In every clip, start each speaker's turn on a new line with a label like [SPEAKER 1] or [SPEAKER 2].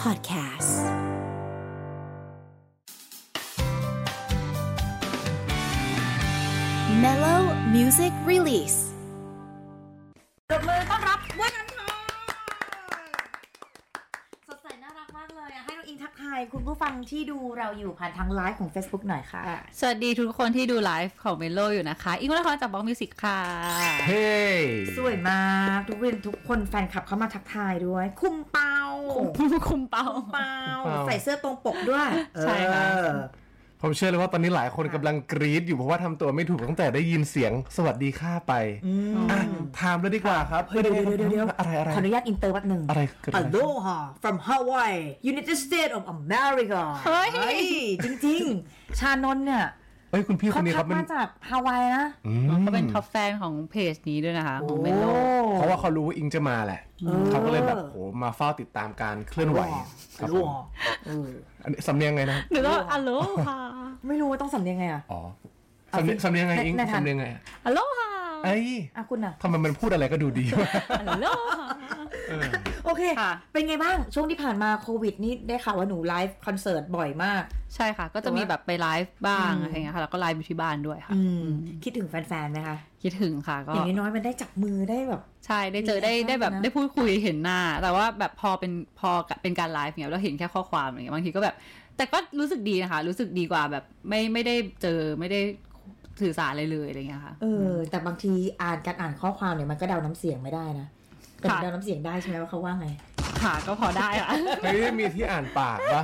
[SPEAKER 1] Podcast Mellow Music Release
[SPEAKER 2] ปรบมือต้อนรับวันอันทองสดใสน่ารักมากเลยอะให้น้องอิงทักทายคุณผู้ฟังที่ดูเราอยู่ผ่านทางไลฟ์ของ Facebook หน่อยค่ะ
[SPEAKER 3] สวัสดีทุกคนที่ดูไลฟ์ของเมโลอยู่นะคะ อิงวรครจากบล็อกมิวสิกค่ะ
[SPEAKER 4] เฮ้ย
[SPEAKER 2] สวยมากทุกคนทุกคนแฟนคลับเข้ามาทักทายด้วย คุมเปา
[SPEAKER 3] คุมเป้า
[SPEAKER 2] เปาใส่เสื้อตรงปกด้วย
[SPEAKER 3] ใช่ค่ะ
[SPEAKER 2] เออ
[SPEAKER 4] ผมเชื่อเลยว่าตอนนี้หลายคนกำลังกรี๊ดอยู่เพราะว่าทำตัวไม่ถูกตั้งแต่ได้ยินเสียงสวัสดีค่าไป
[SPEAKER 2] อืม
[SPEAKER 4] อ่ะถามเลยดีกว่าครับ
[SPEAKER 2] เฮ้ยเดี๋ยวเดี๋ยวเดี๋ยวเดี๋ยว
[SPEAKER 4] อะไรอะไร
[SPEAKER 2] ขออนุญาตอินเตอร์แป๊บหนึ่ง
[SPEAKER 4] อะไรเกิดอะไร
[SPEAKER 2] Aloha from Hawaii United States of America
[SPEAKER 3] เฮ้ย
[SPEAKER 2] จริงๆ ชานนท์เนี่ย
[SPEAKER 4] เอ้ยคุณพี่ค
[SPEAKER 2] เขา
[SPEAKER 4] นนี้
[SPEAKER 2] ทั
[SPEAKER 4] เขา
[SPEAKER 2] ก
[SPEAKER 4] เป็น
[SPEAKER 2] มาจากฮาวายนะ
[SPEAKER 4] อืม
[SPEAKER 3] เขาเป็นท็อปแฟนของเพจนี้ด้วยนะคะ ของเมโล
[SPEAKER 4] เพราะว่าเขารู้ว่าอิงจะมาแหละเขาก็เลยแบบโหมาเฝ้าติดตามการเคลื่อนไหวครับผม
[SPEAKER 2] เออ
[SPEAKER 4] อันนี้สำเนียงไงนะ
[SPEAKER 3] หรือว่าอโลฮา
[SPEAKER 2] ไม่รู้ว่าต้องสำเนียงไงอ่ะ
[SPEAKER 4] อ๋อสำเนียงสำเนียงไงอิง
[SPEAKER 2] ในในทาง
[SPEAKER 4] สำเนียงไงอะ
[SPEAKER 3] อโลฮา
[SPEAKER 4] เอ้ย
[SPEAKER 2] อ่ะคุณอ่ะ
[SPEAKER 4] ทำไมมันพูดอะไรก็ดูดีวะ
[SPEAKER 3] อโลฮา
[SPEAKER 4] เออ
[SPEAKER 2] โอเค
[SPEAKER 3] ค่ะ
[SPEAKER 2] เป็นไงบ้าง ช่วงที่ผ่านมาโควิดนี่ได้ข่าวว่าหนูไลฟ์คอนเสิร์ตบ่อยมาก
[SPEAKER 3] ใช่ค่ะ ก็จะมีแบบไปไลฟ์บ้างอะไรเงี้ยค่ะ แล้วก็ไลฟ์อยู่ที่บ้านด้วยค่ะ
[SPEAKER 2] อืม คิดถึงแฟนๆไหมคะ
[SPEAKER 3] คิดถึงค่ะก็
[SPEAKER 2] อย่างน้อยๆมันได้จับมือได้แบบ
[SPEAKER 3] ใช่ได้เจอได้
[SPEAKER 2] มีแอคชั่น
[SPEAKER 3] ได้แบบ
[SPEAKER 2] นะ
[SPEAKER 3] ได้พูดคุยเห็นหน้า แต่ว่าแบบพอเป็นพอเป็นการไลฟ์เนี่ยเราเห็นแค่ข้อความอะไรเงี้ยบางทีก็แบบ แต่ก็รู้สึกดีนะคะ รู้สึกดีกว่าแบบไม่ไม่ได้เจอไม่ได้สื่อสารอะไรเลยอะไรเงี้ยค่ะ
[SPEAKER 2] เออ แต่บางทีอ่านการอ่านข้อความเนี่ยมันก็เดาน้ำเสียงไม่ได้นะแต่หนู
[SPEAKER 3] ค่ะ
[SPEAKER 2] เดาน้ำเสียงได้ใช่ไหมว่าเขาว่าไง
[SPEAKER 3] ค่ะก็พอได้ค่ะ
[SPEAKER 4] เฮ้ยมีที่อ่านปากปะ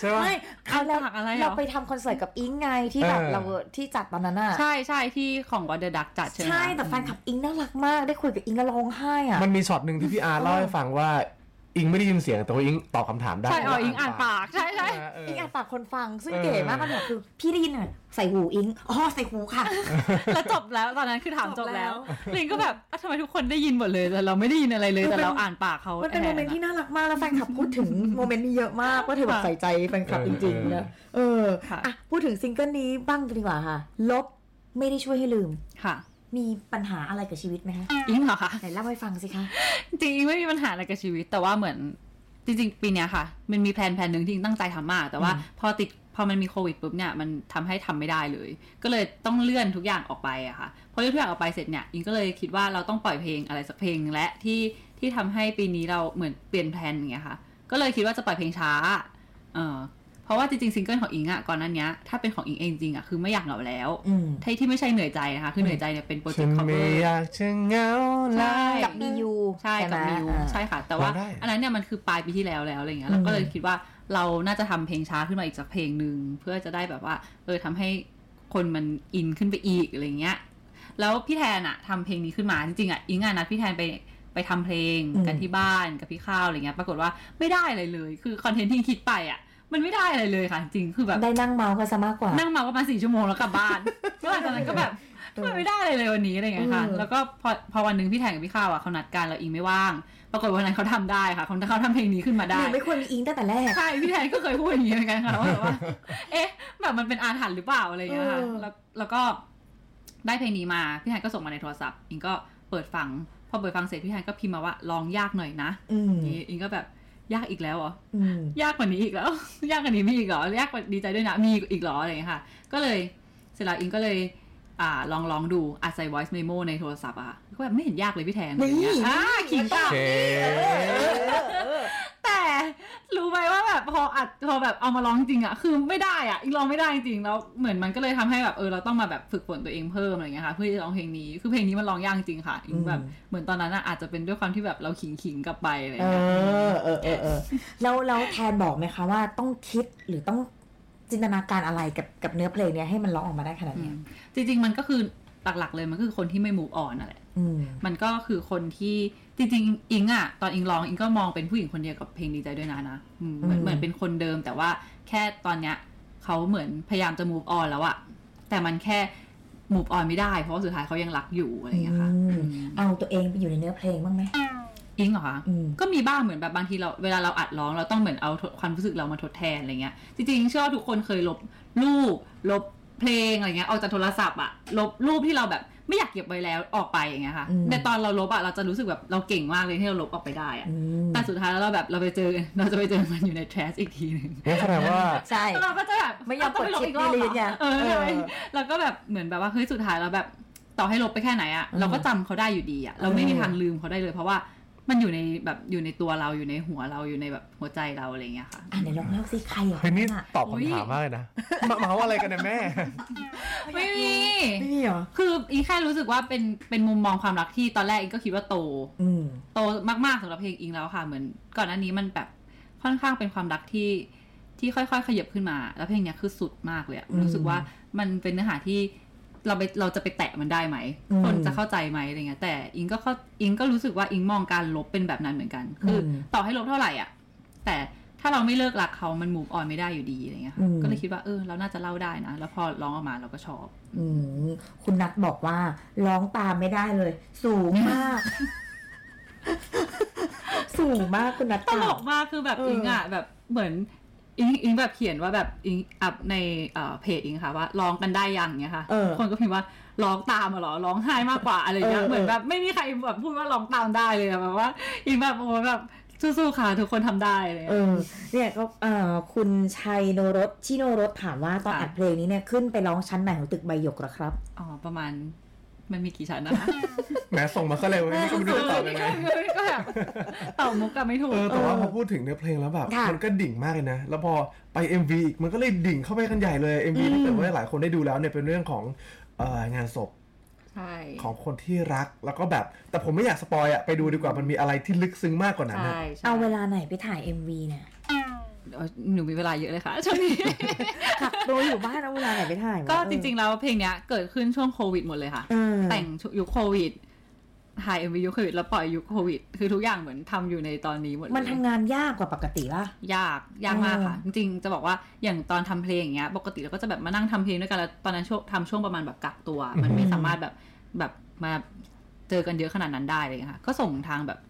[SPEAKER 4] ใช่ปะ
[SPEAKER 2] ไม่ครั้งแรก
[SPEAKER 3] อ่านจากอะไรเหรอ
[SPEAKER 2] เราไปทำคอนเสิร์ตกับอิงไงที่แบบ
[SPEAKER 4] เออ
[SPEAKER 2] เราที่จัดตอนนั้นอ่ะ
[SPEAKER 3] ใช่ใช่ที่ของวอเดอร์ดักจัดใช่ไหมคะ
[SPEAKER 2] ใช่แต่แฟนคลับอิงน่ารักมากได้คุยกับอิงก็ร้องไห้อ่ะ
[SPEAKER 4] มันมีช็อตหนึ่งที่พี่อาร์เล่าให้ฟังว่าอิงไม่ได้ยินเสียงแต่ว่าอิงตอบคำถามได้
[SPEAKER 3] ใช่อ๋ออิงอ่านปากใช่ใช่
[SPEAKER 4] เ
[SPEAKER 2] อิงอ่านปากคนฟังซึ่ง
[SPEAKER 4] เออ
[SPEAKER 2] เก๋มากก็เนี่ยคือ พี่ได้ยินอ่ะใส่หูอิงอ๋อใส่หูค่ะ
[SPEAKER 3] แล้วจบแล้วตอนนั้นคือถามจ
[SPEAKER 2] จบบ แล้
[SPEAKER 3] แล้ว วลินก็แบบอ่ะทำไมทุกคนได้ยินหมดเลยแต่เราไม่ได้ยินอะไรเลยแต่เราอ่านปากเขา
[SPEAKER 2] มันเป็น
[SPEAKER 3] แท
[SPEAKER 2] โมเมนต์ที่น่ารัก มากแล้วแฟนคลับพูดถึง โมเมนต์นี้เยอะมากว่าเธอแบบใส่ใจแฟนคลับจริงๆนะเออ
[SPEAKER 3] ค่ะ
[SPEAKER 2] อ่ะพูดถึงซิงเกิลนี้บ้างดีกว่าค่ะ ลบไม่ได้ช่วยให้ลืม
[SPEAKER 3] ค่ะ
[SPEAKER 2] มีปัญหาอะไรกับชีวิตไหมคะ
[SPEAKER 3] อิงเหรอคะ
[SPEAKER 2] ไหนเล่าให้ฟังสิคะ
[SPEAKER 3] จริงๆไม่มีปัญหาอะไรกับชีวิต แต่ว่าเหมือนจริงๆ ปีเนี้ยค่ะ มันมีแผนแผนหนึ่งที่ตั้งใจทำมาก แต่ว่า
[SPEAKER 2] อืม
[SPEAKER 3] พอติดพอมันมีโควิดปุ๊บเนี่ยมันทำให้ทำไม่ได้เลย ก็เลยต้องเลื่อนทุกอย่างออกไปอะค่ะพอเลื่อนทุกอย่างออกไปเสร็จเนี่ยอิงก็เลยคิดว่าเราต้องปล่อยเพลงอะไรสักเพลงและที่ที่ทำให้ปีนี้เราเหมือนเปลี่ยนแผนอย่างเงี้ยค่ะ ก็เลยคิดว่าจะปล่อยเพลงช้าเออเพราะว่าจริงๆซิงเกิลของอิงอะก่อนหนั้นเนี้ยถ้าเป็นของอิงเองจริงอะคือไม่อยากเหงาแล้ว
[SPEAKER 2] อืม
[SPEAKER 3] ที่ที่ไม่ใช่เหนื่อยใจนะคะคือเหนื่อยใจเนี่ยเป็นโปรเจ
[SPEAKER 4] ฉั
[SPEAKER 3] ก
[SPEAKER 4] น
[SPEAKER 3] ต์ cover
[SPEAKER 4] ไม่อยากจะเหงาแลา
[SPEAKER 2] กับบียู
[SPEAKER 3] ใช่กับมิวใช่ค่ะ แต่ว่า
[SPEAKER 4] ร้องได้
[SPEAKER 3] อันนั้นเนี่ยมันคือปลายปีที่แล้วแล้วอะไรเงี้ยเราก็เลยคิดว่าเราน่าจะทำเพลงช้าขึ้นมาอีกสักเพลงหนึ่งเพื่อจะได้แบบว่า เออทำให้คนมันอินขึ้นไปอีกอะไรเงี้ยแล้วพี่แทนอะทำเพลงนี้ขึ้นมาจริงๆอะอิงอะนัดพี่แทนไปไปทำเพลงกันที่บ้านกับพี่ข้าวอะไรเงี้ยปรากฏว่าไม่ได้อะไรเลย คือคอนเทนต์ที่คิดไปอะมันไม่ได้อะไรเลยค่ะ จริงคือแบบ
[SPEAKER 2] ได้นั่งเมาส์กันซะมากกว่า
[SPEAKER 3] นั่งมาประมาณสี่ชั่วโมงแล้วกลับบ้าน แล้วหลังจากนั้นก็แบบ
[SPEAKER 2] เออ
[SPEAKER 3] มันไม่ได้อะไรเลยวันนี้อะไรอย่างเงี้ยค่ะ
[SPEAKER 2] เออ
[SPEAKER 3] แล้วก็พอพอวันหนึ่งพี่แทนกับพี่ข้าวอ่ะเขานัดกันเราอิงไม่ว่าง ปรากฏวันนั้นเขาทำได้ค่ะเขาเขาทำเพลงนี้ขึ้นมา
[SPEAKER 2] ห
[SPEAKER 3] ได้
[SPEAKER 2] รือไม่ควรมีอิงตั้งแต่แรก
[SPEAKER 3] ใช่พี่แทนก็เคยพูดอย่างนี้เหมือ นกันค่ะว่าแบบว่า เอ๊ะ แบบมันเป็นอาถรรพ์หรือเปล่าอะไรอย่างเงี้ยค่ะ
[SPEAKER 2] เออ
[SPEAKER 3] แล้วแล้วก็ได้เพลงนี้มาพี่แทนก็ส่งมาในโทรศัพท์อิงก็เปิดฟังพอเปิดฟังเสร็จพี่แทนก็พิมพ์มาว่าลองยากหน่อยนะ
[SPEAKER 2] อืม
[SPEAKER 3] อย่างงี้อิงก็แบบยากอีกแล้วเหรอ
[SPEAKER 2] อืม
[SPEAKER 3] ยากกว่านี้อีกแล้ว ยากกว่านี้มีอีกเหรอยากกว่าดีใจด้วยนะมีอีกเหรออะไรอย่างเงี้ยค่ะ ก็เลยเสร็จแล้วอิงก็เลยอ่าลองลองดูอาศัย voice memo ในโทรศัพท์อะค่ะก็แบบไม่เห็นยากเลยพี่แทน
[SPEAKER 2] นี่
[SPEAKER 3] อะไรอย่างเงี้ยอ่าขิงเปล่า
[SPEAKER 4] เช
[SPEAKER 3] แต่รู้ไหมว่าแบบพออัดพอแบบเอามาร้องจริงอะคือไม่ได้อะอิงร้องไม่ได้จริงแล้วเหมือนมันก็เลยทำให้แบบเออเราต้องมาแบบฝึกฝนตัวเองเพิ่มอะไรอย่างเงี้ยค่ะเพื่อที่จะร้องเพลงนี้คือเพลงนี้มันร้องยากจริงค่ะอิงแบบเหมือนตอนนั้นอะอาจจะเป็นด้วยความที่แบบเราขิงขิงๆกลับไปอะไรอย่าง
[SPEAKER 2] เอ
[SPEAKER 3] เงี้ย
[SPEAKER 2] อเออเออเออแล้วแล้วแทนบอกไหมคะว่าต้องคิดหรือต้องจินตนาการอะไรกับกับเนื้อเพลงเนี้ยให้มันร้องออกมาได้ขนาดเนี้ย
[SPEAKER 3] จริงๆ มันก็คือหลักๆ เลยมันก็คือคนที่ไม่ move on นั่นแหละ
[SPEAKER 2] อืม
[SPEAKER 3] มันก็คือคนที่จริงๆ อิงอะตอนอิงร้องอิงก็มองเป็นผู้หญิงคนเดียวกับเพลงดีใจด้วยนะนะอืมเหมือน
[SPEAKER 2] อืม
[SPEAKER 3] เหมือนเป็นคนเดิมแต่ว่าแค่ตอนเนี้ยเขาเหมือนพยายามจะ move on แล้วอะแต่มันแค่ move on ไม่ได้ เพราะว่าสุดท้ายเขายังรักอยู่อะไรอย่างเงี้ยค่ะ
[SPEAKER 2] อืม
[SPEAKER 3] อืม
[SPEAKER 2] เอาตัวเองไปอยู่ในเนื้อเพลงบ้างไหม
[SPEAKER 3] อิงเหรอคะ
[SPEAKER 2] อืม
[SPEAKER 3] ก็มีบ้างเหมือนแบบบางทีเราเวลาเราอัดร้องเราต้องเหมือนเอาความรู้สึกเรามาทดแทนอะไรเงี้ยจริงๆเชื่อว่าทุกคนเคยลบรูปลบ เพลงอะไรเงี้ยออกจากโทรศัพท์อะลบรูปที่เราแบบไม่อยากเก็บไว้แล้วออกไปอย่างเงี้ยค่ะ
[SPEAKER 2] อืม
[SPEAKER 3] แต่ตอนเราลบอะเราจะรู้สึกแบบเราเก่งมากเลยที่เราลบออกไปได้อะ
[SPEAKER 2] อืม
[SPEAKER 3] แต่สุดท้ายแล้วเราแบบเราไปเจอเราจะไปเจอมันอยู่ในแทรชอีกทีหนึ่ง
[SPEAKER 4] งั้นแสดงว่า
[SPEAKER 2] ใช่
[SPEAKER 3] เราก็จะแบบ
[SPEAKER 2] ไม่ยอม
[SPEAKER 3] เาต้ง
[SPEAKER 2] กดชิป
[SPEAKER 3] ไปลบอีกรอบ
[SPEAKER 2] ดีลีทไง
[SPEAKER 3] เออ
[SPEAKER 2] เออ
[SPEAKER 3] แล้วก็แบบเหมือนแบบว่าเฮ้ยสุดท้ายแล้วแบบต่อให้ลบไปแค่ไหนอะ
[SPEAKER 2] อืม
[SPEAKER 3] เราก็จำเขาได้อยู่ดีอะเราไม่มี
[SPEAKER 2] เออ
[SPEAKER 3] ทางลืมเขาได้เลย เพราะว่ามันอยู่ในแบบอยู่ในตัวเราอยู่ในหัวเราอยู่ในแบบหัวใจเราอะไรอย่างเงี้ยค่ะ
[SPEAKER 2] อ่ะไหนลองเล่าสิใครอย่าง
[SPEAKER 4] เฮ้ยนี่
[SPEAKER 2] อ่ะ
[SPEAKER 4] ตอบ
[SPEAKER 3] อุ๊ย
[SPEAKER 4] คำถามมากเลยนะ มาเมาอะไรกันเนี่ยแม่
[SPEAKER 3] ไม่มี
[SPEAKER 2] ไม่มีเหรอ
[SPEAKER 3] คืออีแค่รู้สึกว่าเป็นเป็นมุมมองความรักที่ตอนแรกอีก็คิดว่าโต
[SPEAKER 2] อืม
[SPEAKER 3] โตมากๆสำหรับเพลงอิงแล้วค่ะ เหมือนก่อนหน้านี้มันแบบค่อนข้างเป็นความรักที่ที่ค่อยๆ ขยับขึ้นมา แล้วเพลงเนี้ยคือสุดมากเลยอะ
[SPEAKER 2] อืม
[SPEAKER 3] รู้สึกว่ามันเป็นเนื้อหาที่เราไปเราจะไปแตะมันได้ไหม
[SPEAKER 2] อืม
[SPEAKER 3] คนจะเข้าใจไหมอะไรเงี้ยแต่อิงก็เข้าอิงก็รู้สึกว่าอิงมองการลบเป็นแบบนั้นเหมือนกัน คืออ
[SPEAKER 2] ม
[SPEAKER 3] ต่อให้ลบเท่าไหร่อ่ะแต่ถ้าเราไม่เลิกรักเขามันมูฟออนไม่ได้อยู่ดีอะไรเงี้ยค่ะ
[SPEAKER 2] อืม
[SPEAKER 3] ก็เลยคิดว่าเออเราน่าจะเล่าได้นะแล้วพอร้องออกมาเราก็ชอบ
[SPEAKER 2] อืมคุณนัทบอกว่าร้องตามไม่ได้เลย สูงมาก สูงมากคุณนัท
[SPEAKER 3] ตล
[SPEAKER 2] ตาม
[SPEAKER 3] กมากคือแบบ
[SPEAKER 2] เอออิ
[SPEAKER 3] อิงอ่ะแบบเหมือนอิงอิงแบบเขียนว่าแบบอิงอัพในเอ่อเพจอิงค่ะว่าร้องกันได้ยังเนี่ยค่ะ
[SPEAKER 2] เออ
[SPEAKER 3] คนก็พิมพ์ว่าร้องตามมาหรอร้องไห้มากกว่าอะไรเงี้ย
[SPEAKER 2] เออเออ
[SPEAKER 3] เหมือนแบบไม่มีใครแบบพูดว่าร้องตามได้เลยอะแบบว่าอิงแบบโอ้แบบสู้ๆค่ะทุกคนทำได้เลย
[SPEAKER 2] เออ เนี่ยก็เอ่อคุณชัยโนรสชิโนรสถามว่าตอน
[SPEAKER 3] ค่ะ
[SPEAKER 2] อัดเพลงนี้เนี่ยขึ้นไปร้องชั้นไหนของตึกใบหยกเหรอครับ
[SPEAKER 3] อ๋อประมาณมันมีกี่ชั้นนะคะ
[SPEAKER 4] แหมส่งมาซะเลยวันนี้ก็ไม่รู้จะตอบยังไง
[SPEAKER 3] ก็แบบตอบมุกกันไม่ถูก
[SPEAKER 4] เออแต่ว่าพอพูดถึงเนื้อเพลงแล้วแบบ
[SPEAKER 2] ค่ะ
[SPEAKER 4] มันก็ดิ่งมากเลยนะ แล้วพอไป MV อีกมันก็เลยดิ่งเข้าไปกันใหญ่เลย MV ถ้าเกิดว่าหลายคนได้ดูแล้วเนี่ยเป็นเรื่องของเอ่องานศพ
[SPEAKER 3] ใช่
[SPEAKER 4] ของคนที่รักแล้วก็แบบ แต่ผมไม่อยากสปอยอะไปดูดีกว่ามันมีอะไรที่ลึกซึ้งมากกว่านั้น
[SPEAKER 3] ใช่
[SPEAKER 4] อะ
[SPEAKER 3] ใช่
[SPEAKER 2] เอาเวลาไหนไปถ่าย MV เนี่ย
[SPEAKER 3] เออหนูมีเวลาเยอะเลยค่ะช่วงนี้
[SPEAKER 2] กักตัวอยู่บ้านเอาเวลาไหนไปถ่ายวะ
[SPEAKER 3] ก็จริงๆแล้วเพลงเนี้ยเกิดขึ้นช่วงโควิดหมดเลยค่ะ
[SPEAKER 2] เออ
[SPEAKER 3] แต่งยุคโควิดถ่ายเอ็มวียุคโควิดแล้วปล่อยยุคโควิด คือทุกอย่างเหมือนทำอยู่ในตอนนี้หมดเลย
[SPEAKER 2] มันทำงานยากกว่าปกติป่ะ
[SPEAKER 3] ยากยากมาก
[SPEAKER 2] เออ
[SPEAKER 3] ค่ะ จริงๆจะบอกว่าอย่างตอนทำเพลงอย่างเงี้ย ปกติเราก็จะแบบมานั่งทำเพลงด้วยกันแล้วตอนนั้นช่วงทำช่วงประมาณแบบกักตัว มันไม่สามารถแบบแบบมาเจอกันเยอะขนาดนั้นได้เลยค่ะ ก็ส่งทางแบบ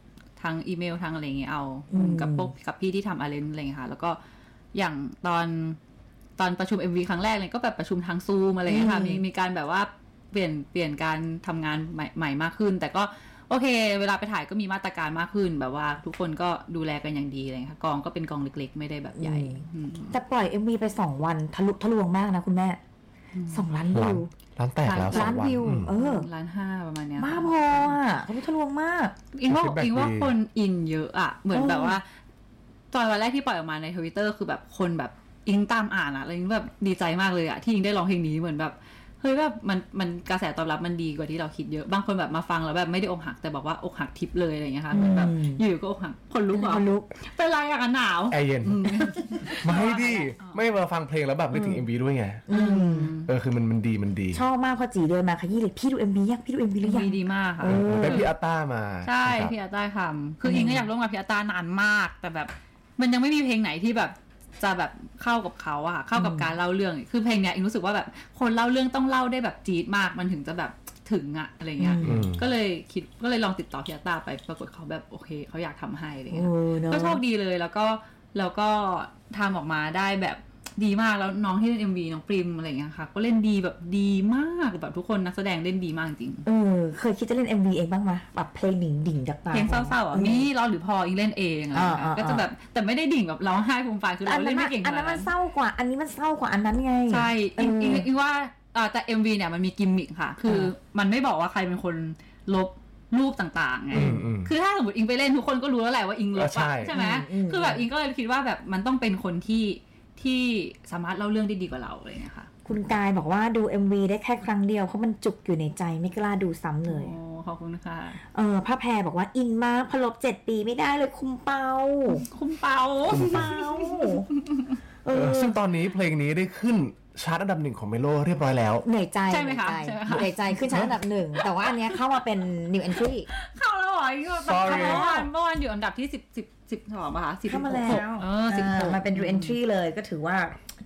[SPEAKER 3] ทางอีเมลทางอะไรอย่างเงี้ยเอา
[SPEAKER 2] อืม
[SPEAKER 3] กับพวกกับพี่ที่ทำอาเลนอะไรอย่างเงี้ยค่ะ แล้วก็อย่างตอนตอนประชุม MV ครั้งแรกเลยก็แบบประชุมทางซูมอะไรอย่างเงี้ยค่ะมี มีการแบบว่าเปลี่ยนเปลี่ยนการทำงานใหม่ใหม่มากขึ้น แต่ก็โอเค เวลาไปถ่ายก็มีมาตรการมากขึ้น แบบว่าทุกคนก็ดูแลกันอย่างดีอะไรเลยค่ะกองก็เป็นกองเล็กๆ ไม่ได้แบบใหญ่อืม
[SPEAKER 2] แต่ปล่อย MV ไป 2 วันทะลุทะลวงมากนะคุณแม่สองล้านวิว
[SPEAKER 4] ร้านร้านแตกแล้วสอ
[SPEAKER 2] ล้าง น
[SPEAKER 4] วัน
[SPEAKER 2] วิว
[SPEAKER 4] อืม
[SPEAKER 2] เออ
[SPEAKER 3] ล้านห้าประมาณเนี้ย
[SPEAKER 2] มา
[SPEAKER 3] ค่ะ
[SPEAKER 2] กพออ่ะทะลุทะลวงมาก
[SPEAKER 3] อิงว่า
[SPEAKER 4] feedback
[SPEAKER 3] อิงว่า
[SPEAKER 4] ดี
[SPEAKER 3] คนอินเยอะอะเหมือน
[SPEAKER 2] เออ
[SPEAKER 3] แบบว่าตอนวันแรกที่ปล่อยออกมาในทวิตเตอร์คือแบบคนแบบอิงตามอ่านอะแล้วอิงแบบดีใจมากเลยอะที่อิงได้ร้องเพลงนี้เหมือนแบบเฮ้ยแบบมันมันกระแสตอบรับมันดีกว่าที่เราคิดเยอะบางคนแบบมาฟังแล้วแบบไม่ได้อกหักแต่บอกว่าอกหักทิปเลยอะไรอย่างเงี้ยค่ะเหมือนแบบอยู่ๆก็อกหักคนลุกเหรอ
[SPEAKER 2] ทะลุ
[SPEAKER 3] เป็นไรอะหนาว
[SPEAKER 4] แอร์เย็นไม่ดิไม่มาฟังเพลงแล้วแบบนึกถึง MV ด้วยไง
[SPEAKER 2] อืม
[SPEAKER 4] เออคือมันมันดีมันดี
[SPEAKER 2] ชอบมากพอจีเดินมาขยี้เลยพี่ดู MV ยังพี่ดู MV หรือยัง
[SPEAKER 3] ดีดีมากค่ะ
[SPEAKER 2] เออ
[SPEAKER 4] ได้พี่อาต้ามา
[SPEAKER 3] ใช่
[SPEAKER 4] นะครับ
[SPEAKER 3] พี่อาต้าทำคืออิงก็อยากร่วมกับพี่อาต้านานมาก แต่แบบ มันยังไม่มีเพลงไหนที่แบบจะแบบเข้ากับเขาอะค่ะเข้ากับการเล่าเรื่อง คือเพลงเนี้ยอิงรู้สึกว่าแบบคนเล่าเรื่องต้องเล่าได้แบบจี๊ดมากมันถึงจะแบบถึงอะอะไรเงี้ย
[SPEAKER 4] อืม
[SPEAKER 3] ก็เลยคิดก็เลยลองติดต่อพี่อาต้าไปปรากฏเขาแบบโอเคเขาอยากทำให้อะไรเงี้ย
[SPEAKER 2] เออเนอะ
[SPEAKER 3] ก็โชคดีเลยแล้วก็แล้วก็ทำออกมาได้แบบดีมากแล้วน้องที่เล่น MV น้องปริมอะไรอย่างเงี้ยค่ะ ก็เล่นดีแบบดีมากแบบทุกคนนักแสดงเล่นดีมากจริง
[SPEAKER 2] เออเคยคิดจะเล่น MV เองบ้างไหมแบบเพลงดิ่งดิ่งๆจากปาก
[SPEAKER 3] เพลงเศร้าๆอ่ะมีเราหรือพออิงเล่นเองอะไรอย่างเงี้ยค่ะ
[SPEAKER 2] อ่าๆๆ
[SPEAKER 3] ก็จะแบบแต่ไม่ได้ดิ่งแบบร้องไห้ฟูมฟายคือ
[SPEAKER 2] อั
[SPEAKER 3] เรา
[SPEAKER 2] นนั้
[SPEAKER 3] เล่
[SPEAKER 2] น
[SPEAKER 3] น
[SPEAKER 2] มั
[SPEAKER 3] ไม่
[SPEAKER 2] น
[SPEAKER 3] เก่ง
[SPEAKER 2] อัน
[SPEAKER 3] ขา
[SPEAKER 2] นั้
[SPEAKER 3] ด
[SPEAKER 2] นมันเศร้ากว่า อันนี้มันเศร้ากว่าอันนั้นไง
[SPEAKER 3] ใช่อิง
[SPEAKER 2] เออ
[SPEAKER 3] อิงอิงว่าอ่าแต่ MV เนี่ยมันมีกิมมิคค่ะ คืออมันไม่บอกว่าใครเป็นคนลบรูปต่างๆไง
[SPEAKER 4] อืมอืม
[SPEAKER 3] คือถ้าสมมติอิงไปเล่นทุกคนก็รู้แล้วแหละว่าอิงลบ
[SPEAKER 4] อ่ะใช่
[SPEAKER 3] อะใช่ไหม
[SPEAKER 2] อืมอืม
[SPEAKER 3] คือแบบอิงก็เลยคิดว่าแบบมันต้องเป็นคนที่ที่สามารถเล่าเรื่องได้ดีกว่าเราอะไรเลยนะคะ
[SPEAKER 2] คุณกายบอกว่าดู MV ได้แค่ครั้งเดียวเพราะมันจุกอยู่ในใจไม่กล้าดูซ้ำเลย
[SPEAKER 3] โอ้ขอบคุณค่ะ
[SPEAKER 2] เออพระแพรบอกว่าอินมากพอลบเจ็ดปีไม่ได้เลยคุมเปา
[SPEAKER 3] คุณเปา
[SPEAKER 2] เปาเอ
[SPEAKER 4] เออ
[SPEAKER 2] อ
[SPEAKER 4] ซึ่งตอนนี้เพลงนี้ได้ขึ้นชาร์ตอันดับหนึ่งของเมโลเรียบร้อยแล้ว
[SPEAKER 2] เหนื่อยใจ
[SPEAKER 3] ใช่ไหมคะใช่ไหมคะ
[SPEAKER 2] เหนื่อยใจขึ้นชั้นอันดับหนึ่ง แต่ว่าอันเนี้ยเข้ามาเป็น new entry
[SPEAKER 3] เข้าแล้วเหรออิงแบบ
[SPEAKER 4] Sorry
[SPEAKER 3] เมื่อวานเมื่อวานอยู่อันดับที่สิบสิบสิบสองป่ะคะสิบ
[SPEAKER 2] เข้ามาแล้
[SPEAKER 3] หก
[SPEAKER 2] ว
[SPEAKER 3] เออสิบหก
[SPEAKER 2] มันเป็น new entry เลยก็ถือว่า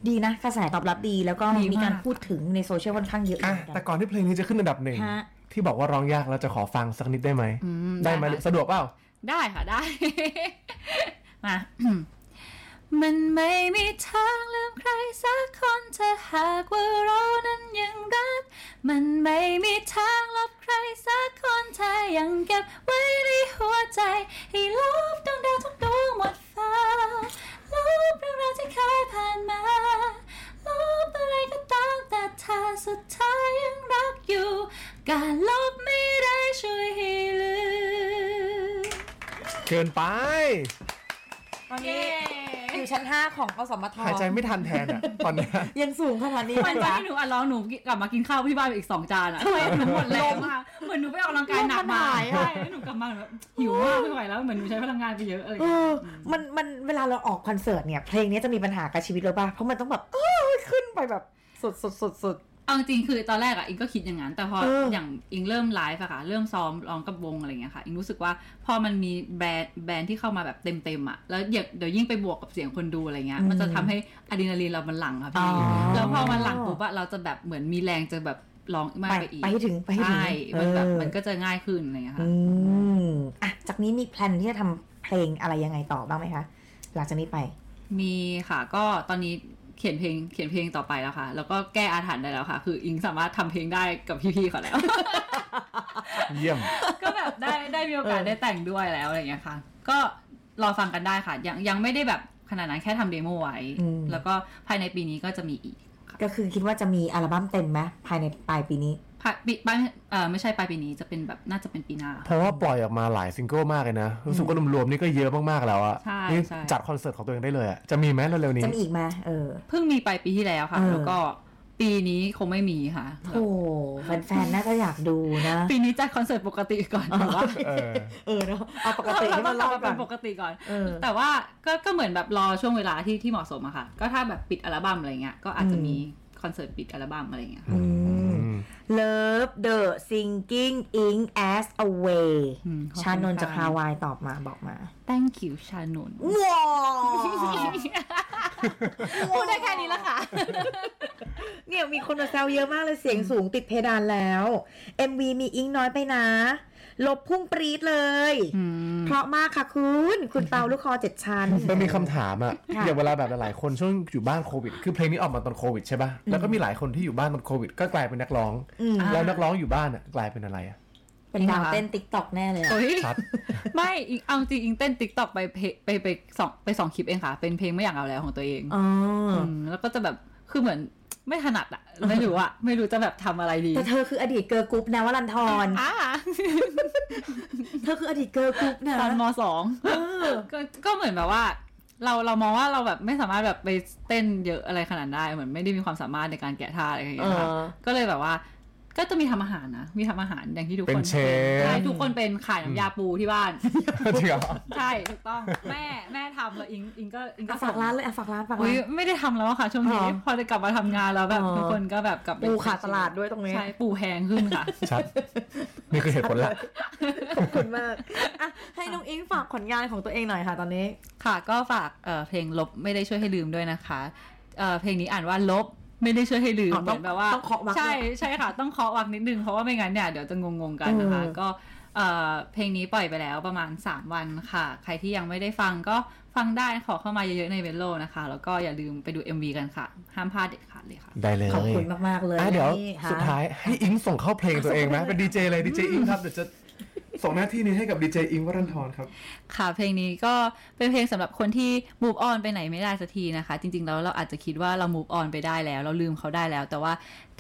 [SPEAKER 2] ดีนะกระแสตอบรับดีแล้วก็
[SPEAKER 3] ดีมาก
[SPEAKER 2] มีการพูดถึงในโซเชียลค่อนข้างเยอะเห
[SPEAKER 4] อ่ะ
[SPEAKER 2] มือนกัน
[SPEAKER 4] แต่ก่อนที่เพลงนี้จะขึ้นอันดับหนึ่ง
[SPEAKER 2] ฮะ
[SPEAKER 4] ที่บอกว่าร้องยากเราจะขอฟังสักนิดได้ไหม
[SPEAKER 3] อืม
[SPEAKER 4] ได้ไหม
[SPEAKER 3] ได้ค่ะ
[SPEAKER 4] สะดวกเปล่า
[SPEAKER 3] ได้ค่ะได้ มา มันไม่มีทางลืมใครสักคนถ้าหากว่าเรานั้นยังรัก มันไม่มีทางลบใครสักคนถ้ายังเก็บไว้ในหัวใจ ให้ลบดวงดาวทุกดวงหมดฟ้าลบเรื่องราวที่เคยผ่านมาลบอะไรก็ตามแต่ถ้าสุดท้ายยังรักอยู่ การลบไม่ได้ช่วยให้ลืม
[SPEAKER 4] เกินไป
[SPEAKER 2] ตอนนี้อยู่ชั้นห้าของอสมท
[SPEAKER 4] หายใจไม่ทันแทนอ่ะ ตอนเนี้ย
[SPEAKER 2] ยังสูงขนาดนี้
[SPEAKER 3] วัน
[SPEAKER 2] เหร
[SPEAKER 3] วั
[SPEAKER 2] อ
[SPEAKER 3] นที่หนูอ่ะร้องหนูกลับมากินข้าวที่บ้านอีกสองจานอ่ะทำไมหนูหมดแรงมากเหมือนหนูไปออกกำลังกายหนักมา
[SPEAKER 2] ลมมันหายอะ
[SPEAKER 3] ใช่แล้วหนูกลับมาหนูแบบหิวมากไม่ไหวแล้วเหมือนหนูใช้พลังงานไปเยอะอะไรอย่าง
[SPEAKER 2] เอ
[SPEAKER 3] เงี้ย
[SPEAKER 2] อมันมันเวลาเราออกคอนเสิร์ตเนี่ย เพลงนี้จะมีปัญหากับชีวิตเราป่ะเพราะมันต้องแบบเออขึ้นไปแบบสุดสุดสุดสุด
[SPEAKER 3] เอาจริงๆคือตอนแรกอ่ะอิงก็คิดอย่างนั้น แต่พอ
[SPEAKER 2] เอออ
[SPEAKER 3] อย่างอิงเริ่มไลฟ์อะค่ะเริ่มซ้อมร้องกับวงอะไรอย่างเงี้ยค่ะอิงรู้สึกว่าพอมันมีแบรนด์แบรนด์ที่เข้ามาแบบเต็มๆอ่ะแล้วเดี๋ยวเดี๋ยวยิ่งไปบวกกับเสียงคนดูอะไรเงี้ยมันจะทำให้อะดรีนาลีนเรามันหลั่งค่ะพี่แล้วพอมันหลั่งปุ๊บอะเราจะแบบเหมือนมีแรงจะแบบร้องมาก
[SPEAKER 2] ไป
[SPEAKER 3] ไปอีก
[SPEAKER 2] ไปให้ถึงไปให้ถึง
[SPEAKER 3] ใช่มันแบบ
[SPEAKER 2] เออ
[SPEAKER 3] มันก็จะง่ายขึ้นอะไรอย่างเงี้ยค่ะ
[SPEAKER 2] อืมอ่ะจากนี้มีแพลนที่จะทำเพลงอะไรยังไงต่อบ้างไหมคะหลังจากนี้ไป
[SPEAKER 3] มีค่ะก็ตอนนี้เขียนเพลงเขียนเพลงต่อไปแล้วค่ะ แล้วก็แก้อาถรรพ์ได้แล้วค่ะ คืออิงสามารถทำเพลงได้กับพี่ๆเขาแล้ว
[SPEAKER 4] เยี่ยม
[SPEAKER 3] ก็แบบได้ได้มีโอกาส
[SPEAKER 2] เออ
[SPEAKER 3] ได้แต่งด้วยแล้วอะไรอย่างเงี้ยค่ะ ก็รอฟังกันได้ค่ะ ยังยังไม่ได้แบบขนาดนั้นแค่ทำเดโมไว้ แล้วก็ภายในปีนี้ก็จะมีอีกค่ะ
[SPEAKER 2] ก็คือคิดว่าจะมีอัลบั้มเต็มไหมภายในปลายปีนี้
[SPEAKER 3] ปลายปีปลายเออไม่ใช่ปลายปีนี้จะเป็นแบบน่าจะเป็นปีหน้า
[SPEAKER 4] เพราะว่าปล่อยออกมาหลายซิงเกิลมากเลยนะ รู้สึกว่ารวมๆนี่ก็เยอะมากๆแล้วอะ
[SPEAKER 3] ใช่
[SPEAKER 4] นี่
[SPEAKER 3] ใช่
[SPEAKER 4] จัดคอนเสิร์ตของตัวเองได้เลยอะจะมีไหมเร็วๆนี้
[SPEAKER 2] จะมีอีกไหมาเออ
[SPEAKER 3] เพิ่งมีไปปีที่แล้วค่ะ
[SPEAKER 2] เออ
[SPEAKER 3] แล้วก็ปีนี้คงไม่มีค่ะ
[SPEAKER 2] โอ้แฟนๆ น่าจะอยากดูนะ
[SPEAKER 3] ปีนี้จัดคอนเสิร์ตปกติก่อนแต่ว่า
[SPEAKER 4] เออ
[SPEAKER 2] เออเนาะเอาปกติให้
[SPEAKER 3] ต้
[SPEAKER 2] มั
[SPEAKER 3] อง
[SPEAKER 2] น
[SPEAKER 3] ก
[SPEAKER 2] ร
[SPEAKER 3] ลับ
[SPEAKER 2] อดก่
[SPEAKER 3] มาเป็
[SPEAKER 2] อน น
[SPEAKER 3] ปกติก่อน
[SPEAKER 2] เออ
[SPEAKER 3] แต่ว่าก็ก็เหมือนแบบรอช่วงเวลาที่ที่เหมาะสมอะค่ะ ก็ถ้าแบบปิดอัลบั้มอะไรเงี้ย ก็อาจจะมีคอนเสิร์ตปิดอัลบั้มอะไรเงี้ยค่ะ
[SPEAKER 2] อืม Love the Singing in as away
[SPEAKER 3] อืมขอบคุณ
[SPEAKER 2] ชานนท์จากคา
[SPEAKER 3] ค่ะ
[SPEAKER 2] วายตอบมาบอกมา
[SPEAKER 3] Thank you ชานนท์
[SPEAKER 2] ว้า
[SPEAKER 3] พูดได้แค่นี้ละค่ะ
[SPEAKER 2] เนี่ยมีคนมาแซวเยอะมากเลยเสียงสูงติดเพดานแล้ว MV มีอิงน้อยไปนะ ลบพุ่งปรี๊ดเลย
[SPEAKER 3] อืม
[SPEAKER 2] เพราะมากค่ะคุณ คุณเปาลูกคอเจ็ดชั้น
[SPEAKER 4] มันมีคำถามอะ
[SPEAKER 2] ค่ะ
[SPEAKER 4] อย่างเวลาแบบหลายๆคนช่วงอยู่บ้านโควิด คือเพลงนี้ออกมาตอนโควิดใช่ป่ะ แล้วก็มีหลายคนที่อยู่บ้านตอนโควิด ก็กลายเป็นนักร้อง
[SPEAKER 2] อืม
[SPEAKER 3] อ่า
[SPEAKER 4] แล้วนักร้องอยู่บ้านอะกลายเป็นอะไร อะ
[SPEAKER 2] เป็นดาวเต้นติ๊กตอกแน่เลยอะ
[SPEAKER 3] โอ้ย
[SPEAKER 4] ชัด
[SPEAKER 3] ไม่อิงเอาจริงอิงเต้นติ๊กต็อกไปเพไปไปสองไปสองคลิปเองค่ะ เป็นเพลงไม่อยากเอาแล้วของตัวเอง
[SPEAKER 2] อ๋ออ
[SPEAKER 3] มแล้วก็จะแบบคือเหมือนไม่ถนัดอะไม่รู้อะไม่รู้จะแบบทำอะไรดี
[SPEAKER 2] แต่เธอคืออดีตเกิร์ลกรุ๊ปนะวรันทร
[SPEAKER 3] อ่า
[SPEAKER 2] เธอคืออดีตเกิร์ลกรุ๊ปนะ
[SPEAKER 3] ตอนมสองก็ก็เหมือนแบบว่า เราเรามองว่าเราแบบไม่สามารถแบบไปเต้นเยอะอะไรขนาดได้เหมือนไม่ได้มีความสามารถในการแกะท่าอะไรอย่างเงี้ยค่ะ
[SPEAKER 2] เออ
[SPEAKER 3] ก็เลยแบบว่า ก็จะมีทำอาหารนะ มีทำอาหารอย่างที่ทุกคน
[SPEAKER 4] เป็นเชฟ
[SPEAKER 3] ใช่ทุกคนเป็นขายน้ำยาปูที่บ้าน
[SPEAKER 4] จริงเหรอ
[SPEAKER 3] ใช่ถูกต้องแม่แม่ทำแล้วอิงอิงก็อิงก็
[SPEAKER 2] อ่ะฝากร้านเลยอ่ะฝากร้านฝาก
[SPEAKER 3] อุ๊
[SPEAKER 2] ร้าย น
[SPEAKER 3] ไม่ได้ทำแล้วอะค่ะ ช่วงนี้
[SPEAKER 2] หรอ
[SPEAKER 3] พอได้กลับมาทำงานแล้วแบบ
[SPEAKER 2] อ๋อ
[SPEAKER 3] ทุกคนก็แบบกลับไป
[SPEAKER 2] ปูขาดตลาดด้วยตรงนี้
[SPEAKER 3] ใช่ปูแพงขึ้นค่ะ
[SPEAKER 4] ชัด นี่คือเหตุผลละ
[SPEAKER 2] ขอบคุณมากอ่ะให้น้องอิงฝากผลงานของตัวเองหน่อยค่ะตอนนี้
[SPEAKER 3] ค่ะก็ฝากเอ่อเพลงลบไม่ได้ช่วยให้ลืมด้วยนะคะเอ่อเพลงนี้อ่านว่าลบไม่ได้ช่วยให้ลืม
[SPEAKER 2] อ๋อ
[SPEAKER 3] เห
[SPEAKER 2] ต้อ
[SPEAKER 3] มื
[SPEAKER 2] ง
[SPEAKER 3] อนแบบว่า
[SPEAKER 2] ต้องเคาะวรรค
[SPEAKER 3] ใช่
[SPEAKER 2] ด้วย
[SPEAKER 3] ใช่ค่ะ ต้องเคาะวักนิดนึงเพราะว่าไม่งั้นเนี่ยเดี๋ยวจะงงๆกันนะคะ
[SPEAKER 2] เออ
[SPEAKER 3] ก็เอ่อเพลงนี้ปล่อยไปแล้วประมาณ 3 วันค่ะ ใครที่ยังไม่ได้ฟังก็ฟังได้ขอเข้ามาเยอะๆในเวลโลนะคะ แล้วก็อย่าลืมไปดู MV กันค่ะ ห้ามพลาดเด็ดขาดเลยค่ะ
[SPEAKER 4] ได้เลย
[SPEAKER 2] ขอบคุณมาก ๆ เลย
[SPEAKER 4] อ่ะเดี๋ยว
[SPEAKER 2] นี่ค่ะ
[SPEAKER 4] สุดท้ายให้อิงส่งเข้าเพลงตัวเองไหม
[SPEAKER 2] ส่งเข้าไปเลย
[SPEAKER 4] เป็นดีเจเลยดีเจอิงครับเดี๋ยวจะส่งหน้าที่นี้ให้กับดีเจอิงวรันทรครับ
[SPEAKER 3] ค่ะเพลงนี้ก็เป็นเพลงสำหรับคนที่ move on ไปไหนไม่ได้สักทีนะคะ จริงๆแล้วเราอาจจะคิดว่าเรา move on ไปได้แล้ว เราลืมเขาได้แล้ว แต่ว่า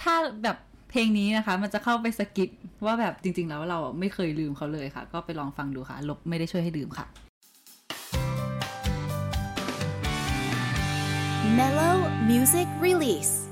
[SPEAKER 3] ถ้าแบบเพลงนี้นะคะ มันจะเข้าไปสะกิดว่าแบบจริง ๆ แล้วเราไม่เคยลืมเขาเลยค่ะ ก็ไปลองฟังดูค่ะ ลบไม่ได้ช่วยให้ลืมค่ะ
[SPEAKER 1] Mellow Music Release.